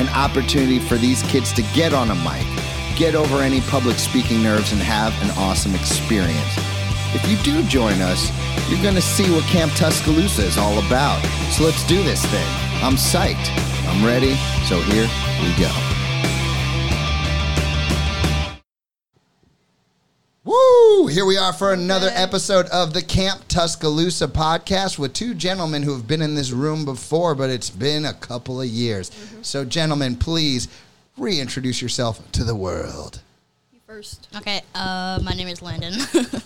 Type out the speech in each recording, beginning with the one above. An opportunity for these kids to get on a mic, get over any public speaking nerves, and have an awesome experience. If you do join us, you're going to see what Camp Tuscaloosa is all about. So let's do this thing. I'm psyched. I'm ready. So here we go. Woo! Here we are for another episode of the Camp Tuscaloosa podcast with two gentlemen who have been in this room before, but it's been a couple of years. Mm-hmm. So, gentlemen, please reintroduce yourself to the world. First, Okay, uh, my name is Landon.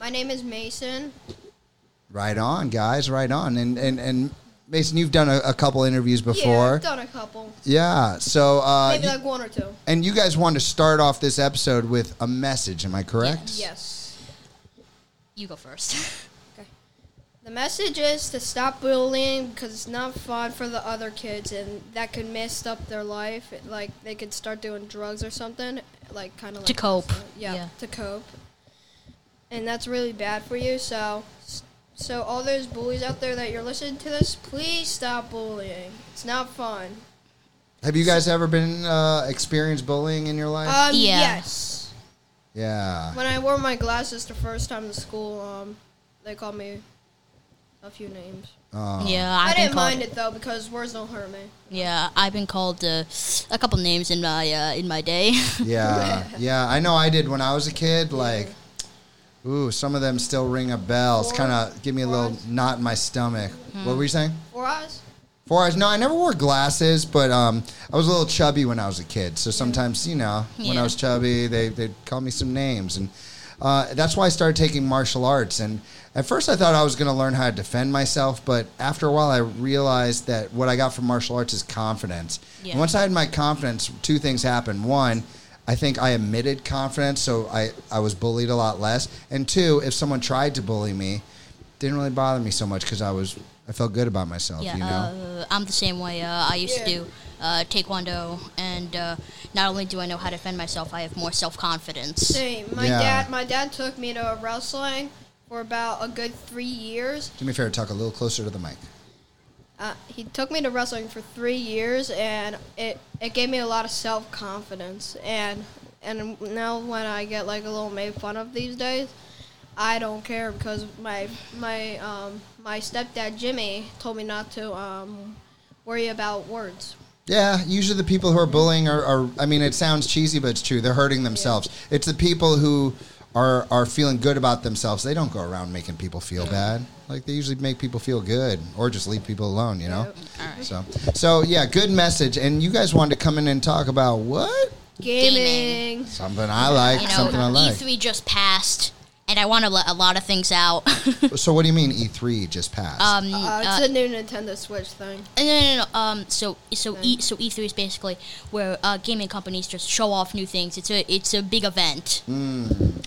my name is Mason. Right on, guys. Right on. And and and Mason, you've done a, a couple interviews Yeah, before. I've done a couple, Yeah, So, uh, maybe you- like one or two. and you guys wanted to start off this episode with a message. Am I correct? Yes. you go first. The message is to stop bullying because it's not fun for the other kids, and that could mess up their life. It- like they could start doing drugs or something, like kind of like To cope. Yeah, Yeah. to cope. And that's really bad for you. So, so all those bullies out there that you're listening to this, please stop bullying. It's not fun. Have you guys ever been uh, experienced bullying in your life? Um, Yeah. Yes. yeah. When I wore my glasses the first time to school, um, they called me a few names. Uh, yeah, I, I've been didn't called, mind it though because words don't hurt me. Yeah, I've been called uh, a couple names in my uh, in my day. Yeah, yeah. I know I did when I was a kid. Like, ooh, some of them still ring a bell. It's Four kind of give me a little eyes. knot in my stomach. What were you saying? Four eyes. Four eyes. No, I never wore glasses, but um, I was a little chubby when I was a kid. So sometimes, you know, when I Yeah. was chubby, they they'd call me some names, and uh, that's why I started taking martial arts. And at first, I thought I was going to learn how to defend myself, but after a while, I realized that what I got from martial arts is confidence. Yeah. And once I had my confidence, two things happened. One. I think I emitted confidence, so I, I was bullied a lot less. And two, if someone tried to bully me, didn't really bother me so much because I was I felt good about myself. yeah, you know, uh, I'm the same way. Uh, I used to Yeah. do uh, taekwondo, and uh, not only do I know how to defend myself, I have more self confidence. Same. My Yeah. dad. My dad took me to wrestling for about a good three years. Do me a favor, talk a little closer to the mic. Uh, he took me to wrestling for three years, and it it gave me a lot of self confidence. And and now when I get like a little made fun of these days, I don't care because my my um, my stepdad Jimmy told me not to um, worry about words. Yeah, usually the people who are bullying are, are I mean, it sounds cheesy, but it's true. They're hurting themselves. It's the people who are, are feeling good about themselves. They don't go around making people feel bad. Like they usually make people feel good or just leave people alone, you know? So, so yeah, good message. And you guys wanted to come in and talk about what? Gaming. Gaming. Something I like, You know, something I uh, E like. E3 just passed, and I want to let a lot of things out. So, what do you mean E3 just passed? um, Uh, uh, it's a new Nintendo Switch thing. No, no, no, no. Um, so, so E, so E three is basically where uh, gaming companies just show off new things. It's a, it's a big event.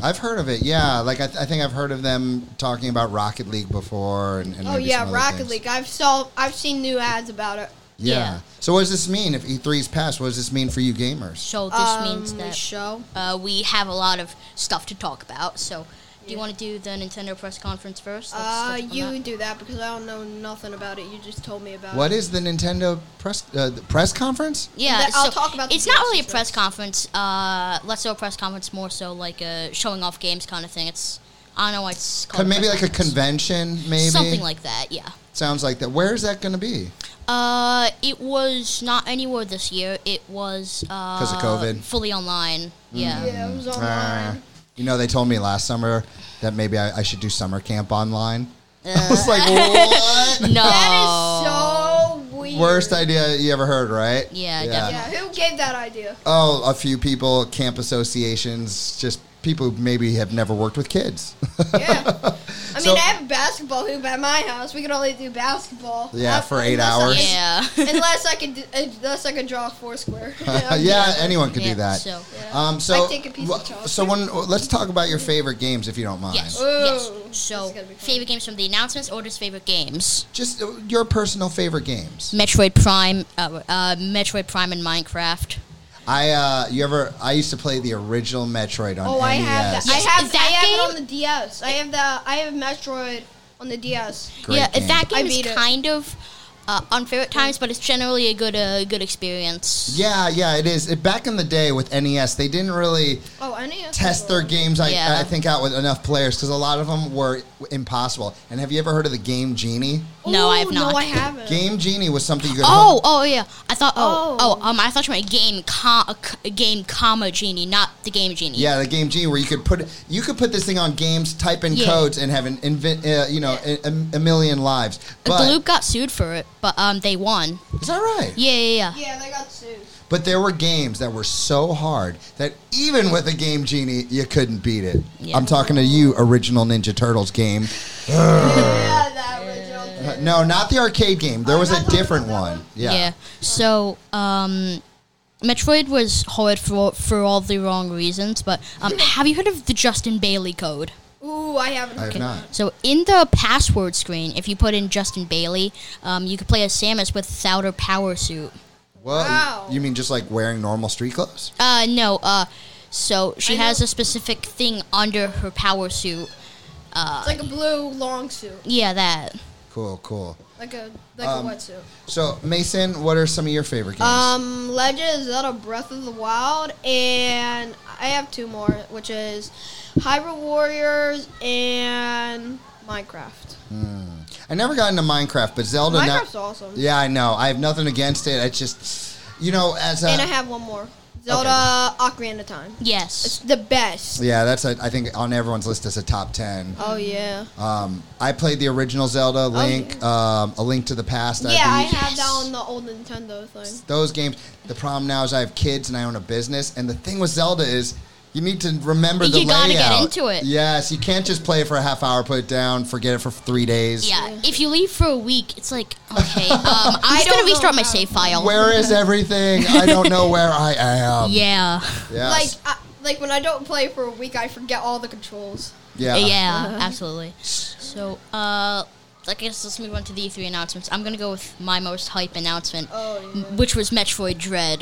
I've heard of it, yeah. Like, I, th- I think I've heard of them talking about Rocket League before. And, and Oh maybe some yeah, other Rocket things. League. I've saw I've seen new ads about it. Yeah. Yeah. So what does this mean if E3's passed? What does this mean for you gamers? So this um, means the that show. uh, we have a lot of stuff to talk about. So, do you want to do the Nintendo press conference first? Let's Uh, touch on you that. do that because I don't know nothing about it. You just told me about What it. is the Nintendo press uh, the press conference? Yeah, Th- I'll so talk about the It's not games really a and press stuff. conference. Uh, let's do a press conference more so like a showing off games kind of thing. It's I don't know why it's Co- called. Maybe press like a conference. convention, maybe Something like that. Yeah. sounds like that. Where is that going to be? Uh, it was not anywhere this year. It was uh, 'Cause of COVID. Mm. fully online. Yeah. Yeah, it was Uh, online. you know, they told me last summer that maybe I, I should do summer camp online. I was like, Uh. what? No. that is so weird. Worst idea you ever heard, right? Yeah, Yeah, who gave that idea? Oh, a few people, camp associations, just people who maybe have never worked with kids. Yeah. I So- mean, I have a basketball hoop at my house. We can only do basketball. Yeah, Uh, for eight unless I hours. can- Yeah. unless I can, do, unless I can draw a four square. yeah, anyone could Yeah, do that. so- Yeah. um, so, I'd take a piece of wh- chalk. so when, let's talk about your favorite games, if you don't mind. Yes. Ooh, yes. this is So, gonna be fun. favorite games from the announcements or just favorite games? Just uh, your personal favorite games. Metroid Prime, uh, uh, Metroid Prime and Minecraft. I, uh, you ever? I used to play the original Metroid on E Oh, NES. I have that. Yes, I have, is that I have game- it on the DS. I have the, I have Metroid on the DS. Great yeah, game. that I game beat is it. kind of uh, unfair at times, but it's generally a good uh, good experience. Yeah, yeah, it is. It, back in the day with NES, they didn't really Oh, NES. test their games. I, Yeah. I think out with enough players because a lot of them were impossible. And have you ever heard of the Game Genie? No, I have Ooh, not. No, I haven't. Game Genie was something you could. Oh, oh yeah. I thought oh Oh. oh, um I thought you meant game com- uh, c- game comma genie, not the game genie. Uh, Yeah, the game Genie, where you could put you could put this thing on games, type in Yeah. codes, and have an invent, uh, you know, a, a- a million lives. Uh, But Gloop got sued for it, but um they won. is that right? Yeah, yeah, yeah. Yeah, they got sued. But there were games that were so hard that even with a game Genie, you couldn't beat it. Yeah. I'm talking to you, original Ninja Turtles game. yeah, that original. Uh, No, not the arcade game. There Oh, was a not the one- different that one. one? Yeah. So, um Metroid was horrid for for all the wrong reasons, but um have you heard of the Justin Bailey code? Ooh, I haven't. I have not. So in the password screen, if you put in Justin Bailey, um, you could play as Samus without her power suit. Well, Wow. you mean just like wearing normal street clothes? Uh, no. Uh, so she I has know- a specific thing under her power suit. It's like a blue long suit, Yeah, that. Cool, cool. like a like Um, a wetsuit. So, Mason, what are some of your favorite games? Um, Legend is out of Breath of the Wild, and I have two more, which is Hyrule Warriors and Minecraft. I never got into Minecraft, but Zelda. now- Minecraft's awesome. Yeah, I know. I have nothing against it. It's just, you know, as a. And I have one more, Zelda Ocarina of Time. It's Yes. the best. yeah, that's a, I think on everyone's list as a top ten. Oh yeah. Um, I played the original Zelda, Link, um, A Link to the Past. yeah, I I beat. have that Yes. on the old Nintendo thing. those games. The problem now is I have kids and I own a business, and the thing with Zelda is you need to remember the You gotta get layout. into it. Yes, you can't just play it for a half hour, put it down, forget it for three days. Yeah. If you leave for a week, it's like okay. Um, I'm just don't gonna know restart my how- save file. Where is everything? I don't know where I am. Yeah. Yes. Like, I, like when I don't play for a week, I forget all the controls. yeah. Yeah. Absolutely. So, uh. I guess let's move on to the E3 announcements. I'm gonna go with my most hype announcement, Oh, yeah. m- which was Metroid Dread.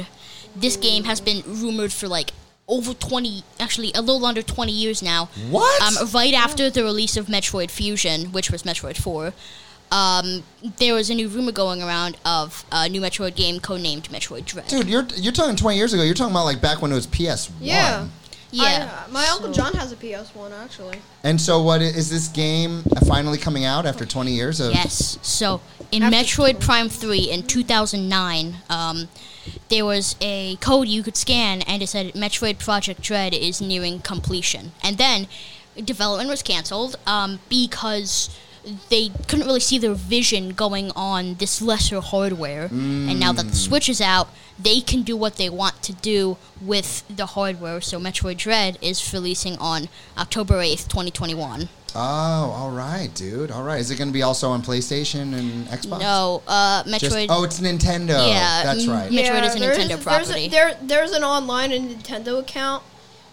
This game has been rumored for like over 20, actually a little under 20 years now. What? Um, right after the release of Metroid Fusion, which was Metroid 4, um, there was a new rumor going around of a new Metroid game codenamed Metroid Dread. Dude, you're you're talking 20 years ago. You're talking about like back when it was PS1. Yeah. yeah. I- uh, my uncle So- John has a PS One actually. And so what i- is this game finally coming out after 20 years of Yes. So in After- Metroid Prime 3 in 2009, um, there was a code you could scan and it said Metroid Project Dread is nearing completion. And then development was canceled um, because they couldn't really see their vision going on this lesser hardware. And now that the Switch is out, they can do what they want to do with the hardware. So Metroid Dread is releasing on October 8th, 2021. Oh, all right, dude. All right. Is it going to be also on PlayStation and Xbox? No, uh, Metroid. Just, oh, it's Nintendo. Yeah, that's mm, right. yeah. Metroid is a there Nintendo there's property. there, there's an online and Nintendo account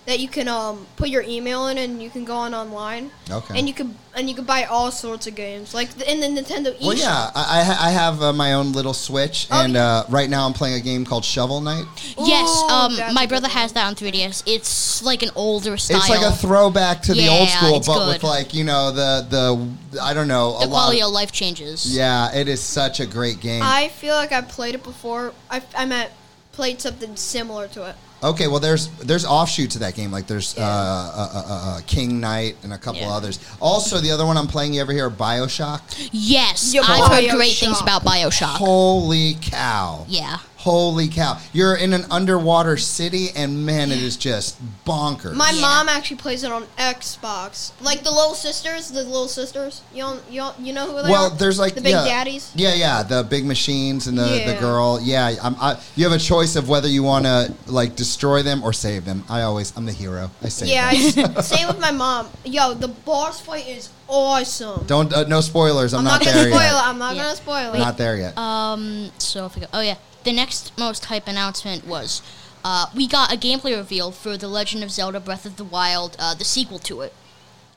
that you can um, put your email in and you can go on online. Okay. And you can and you can buy all sorts of games like the, in the Nintendo. eShop. Well, yeah, I, I ha- I have uh, my own little Switch, Oh, and yeah. uh, right now I'm playing a game called Shovel Knight. Yes, Ooh, um, Oh, that's my a good brother one. has that on 3DS. It's like an older style. It's like a throwback to the old Yeah, school, it's but good. with like you know the the I don't know a the lot. quality Of, of life changes. yeah, it is such a great game. I feel like I played it before. I I meant played something similar to it. okay, well there's there's offshoots of that game. Like there's uh, Yeah. uh, uh, uh, uh, King Knight and a couple Yeah. others. Also, the other one I'm playing you ever hear Bioshock. Yes, Yeah, I've heard great Bioshock. things about Bioshock. Holy cow! Yeah. Holy cow. You're in an underwater city, and man, it is just bonkers. My Yeah. mom actually plays it on Xbox. Like the little sisters, the little sisters. You all, you all, you know who they are? well, there's like the big yeah, daddies. Yeah, yeah, the big machines and the, the Yeah. girl. Yeah, I'm, I, you have a choice of whether you want to like destroy them or save them. I always, I'm the hero. I save. Yeah, them. I, same with my mom. Yo, the boss fight is awesome. Don't uh, no spoilers. I'm, I'm not, not, gonna there spoil yet. it. I'm not Yeah. gonna spoil it. Not there yet. Um, so I forgot. Oh yeah, the next most hype announcement was, uh, we got a gameplay reveal for The Legend of Zelda: Breath of the Wild, uh, the sequel to it.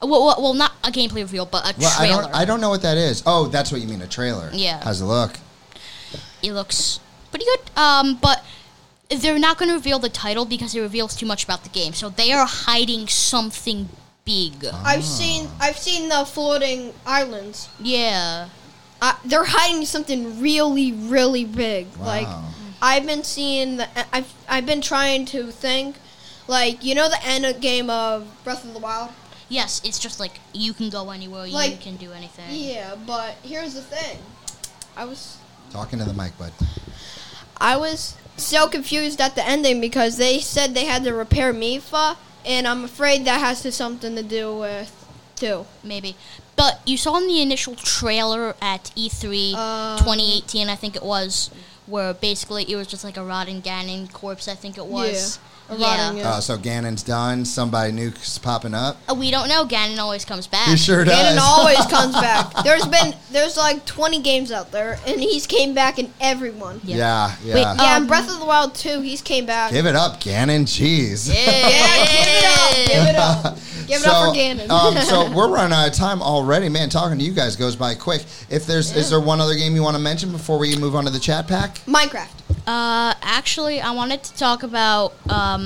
Uh, Well, well, well, not a gameplay reveal, but a well, I trailer. don't. I don't know what that is. Oh, that's what you mean, a trailer. Yeah. How's it look? It looks pretty good. Um, but they're not going to reveal the title because it reveals too much about the game. So they are hiding something big. Oh. I've seen I've seen the floating islands. Yeah. I, they're hiding something really really big. Like Wow. I've been seeing the I've I've been trying to think, like you know the end of game of Breath of the Wild. Yes, it's just like you can go anywhere, you Like- can do anything. Yeah, but here's the thing. I was Talking to the mic, bud. I was so confused at the ending because they said they had to repair Mifa, and I'm afraid that has to something to do with too. maybe. But you saw in the initial trailer at E E3 Um, 2018, I think it was, where basically it was just like a Rodden Gannon corpse, I think it was. Yeah, a Rodden, yeah. Uh, so Ganon's done. Somebody nuke's popping up. Uh, We don't know. Gannon always comes back. He sure does. Ganon always comes back. There's been there's like 20 games out there, and he's came back in everyone. Yeah, Yeah. yeah, yeah. Wait, uh, and Breath of the Wild 2, he's came back. Give it up, Ganon. Jeez. yeah, give it up, give it up, give it up for Ganon. um, so we're running out of time already, man. Talking to you guys goes by quick. If there's, is there one other game you want to mention before we move on to the chat pack? Minecraft. Uh, actually, I wanted to talk about um,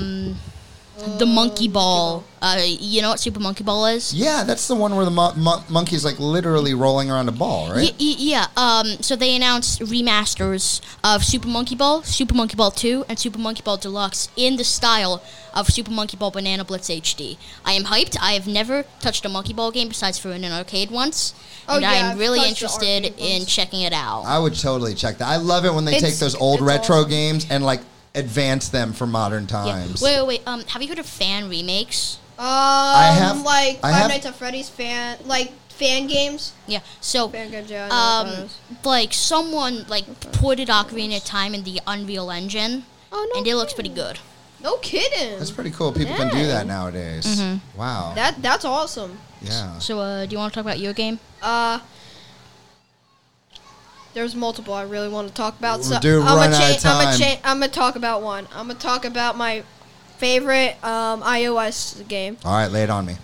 Oh, the monkey ball. Uh, you know what Super Monkey Ball is? Yeah, that's the one where the mon- mon- monkey's like literally rolling around a ball, right? Y- y- yeah. Um, so they announced remasters of Super Monkey Ball, Super Monkey Ball 2, and Super Monkey Ball Deluxe in the style of Super Monkey Ball Banana Blitz HD. I am hyped. I have never touched a Monkey Ball game besides for in an arcade once, Oh, and I yeah, am I've really touched the interested arcade in ones. checking it out. I would totally check that. I love it when they It's- take those old it's retro awesome. games and like advance them for modern yeah. times. Wait, wait, wait. Um, have you heard of fan remakes? Um, have- like I Five have- Nights at Freddy's fan, like fan games. Yeah. So Fan games, yeah, I know what that um, is. like someone like ported Ocarina of Time in the Unreal Engine, Oh, no and it looks pretty kidding. good. No kidding. That's pretty cool. People can do that Dang. nowadays. Mm-hmm. Wow. That that's awesome. yeah. So, uh, do you want to talk about your game? Uh, there's multiple I really want to talk about. So Dude, I'm run gonna out of I'm time. gonna I'm gonna talk about one. I'm gonna talk about my favorite um, iOS game. All right, lay it on me.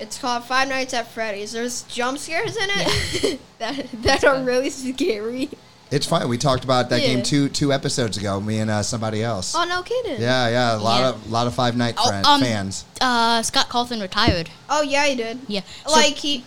It's called Five Nights at Freddy's. There's jump scares in it that that are really scary. It's fine. We talked about that Yeah. game two two episodes ago. Me and uh, somebody else. Oh no, kidding. Yeah, yeah, a lot Yeah. of lot of Five Night Oh, friend, um, fans. Uh, Scott Cawthon retired. Oh yeah, he did. Yeah. So- Like he,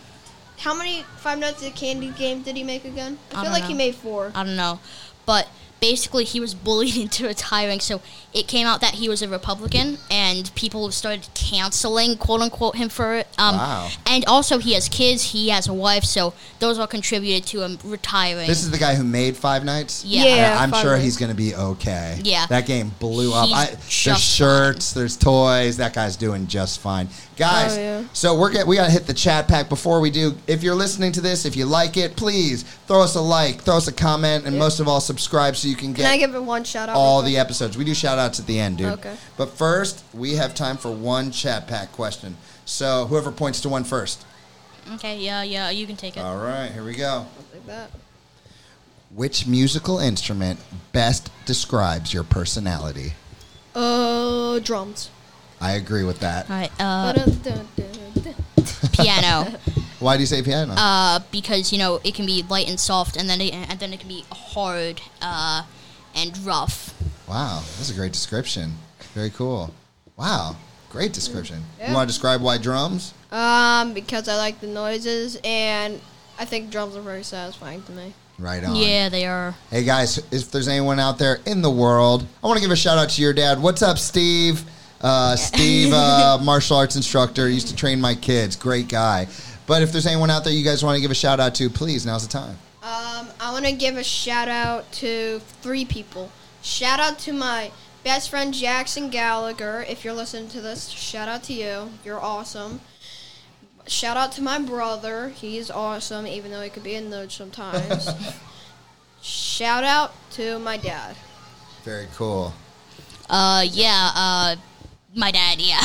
how many Five Nights at Candy game did he make again? I, I feel don't like he know. made four. I don't know, but basically he was bullied into retiring. So it came out that he was a Republican, and people started canceling "quote unquote" him for it. Um, Wow. And also, he has kids. He has a wife. So those all contributed to him retiring. This is the guy who made Five Nights. Yeah. I- I'm Five sure Nights. he's gonna be okay. Yeah. that game blew up. He's I, there's just shirts, there's toys. That guy's doing just fine, guys. Oh, yeah. So we're get, we gotta hit the chat pack before we do. If you're listening to this, if you like it, please throw us a like, throw us a comment, and most of all, subscribe so you can Can I get give it one shout out? all real the quick? episodes. We do shout outs at the end, dude. Okay. But first, we have time for one chat pack question. So whoever points to one first. okay. Yeah. Yeah. You can take it. All right, here we go. like that. Which musical instrument best describes your personality? Uh, drums. I agree with that. all right. Uh, Ba-dun-dun-dun-dun. piano. Why do you say piano? uh, because you know it can be light and soft, and then it, and then it can be hard uh, and rough. wow, that's a great description. Very cool. Wow, great description. Yeah. You want to describe why drums? Um, because I like the noises, and I think drums are very satisfying to me. Right on. Yeah, they are. Hey guys, if there's anyone out there in the world, I want to give a shout out to your dad. What's up, Steve? Uh, Steve, uh, martial arts instructor, used to train my kids. Great guy. But if there's anyone out there you guys want to give a shout out to, please, now's the time. Um, I want to give a shout out to three people. Shout out to my best friend Jackson Gallagher. If you're listening to this, shout out to you. You're awesome. Shout out to my brother. He's awesome, even though he could be a nudge sometimes. shout out to my dad. Very cool. Uh, yeah, uh, my dad, yeah.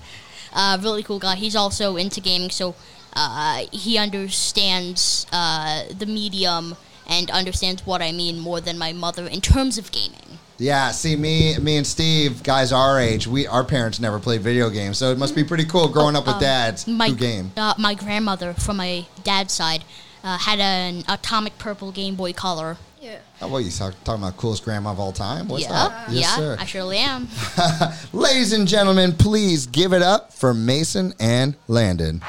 uh, really cool guy. He's also into gaming, so uh, he understands uh, the medium and understands what I mean more than my mother in terms of gaming. Yeah, see me, me and Steve, guys our age, we our parents never played video games, so it must be pretty cool growing Oh, up with dads My who game. Uh, my grandmother from my dad's side uh, had an atomic purple Game Boy Color. Yeah. Oh, well, you talk, talking about coolest grandma of all time. What's yeah, up? Yes, yeah, sir. I surely am. Ladies and gentlemen, please give it up for Mason and Landon.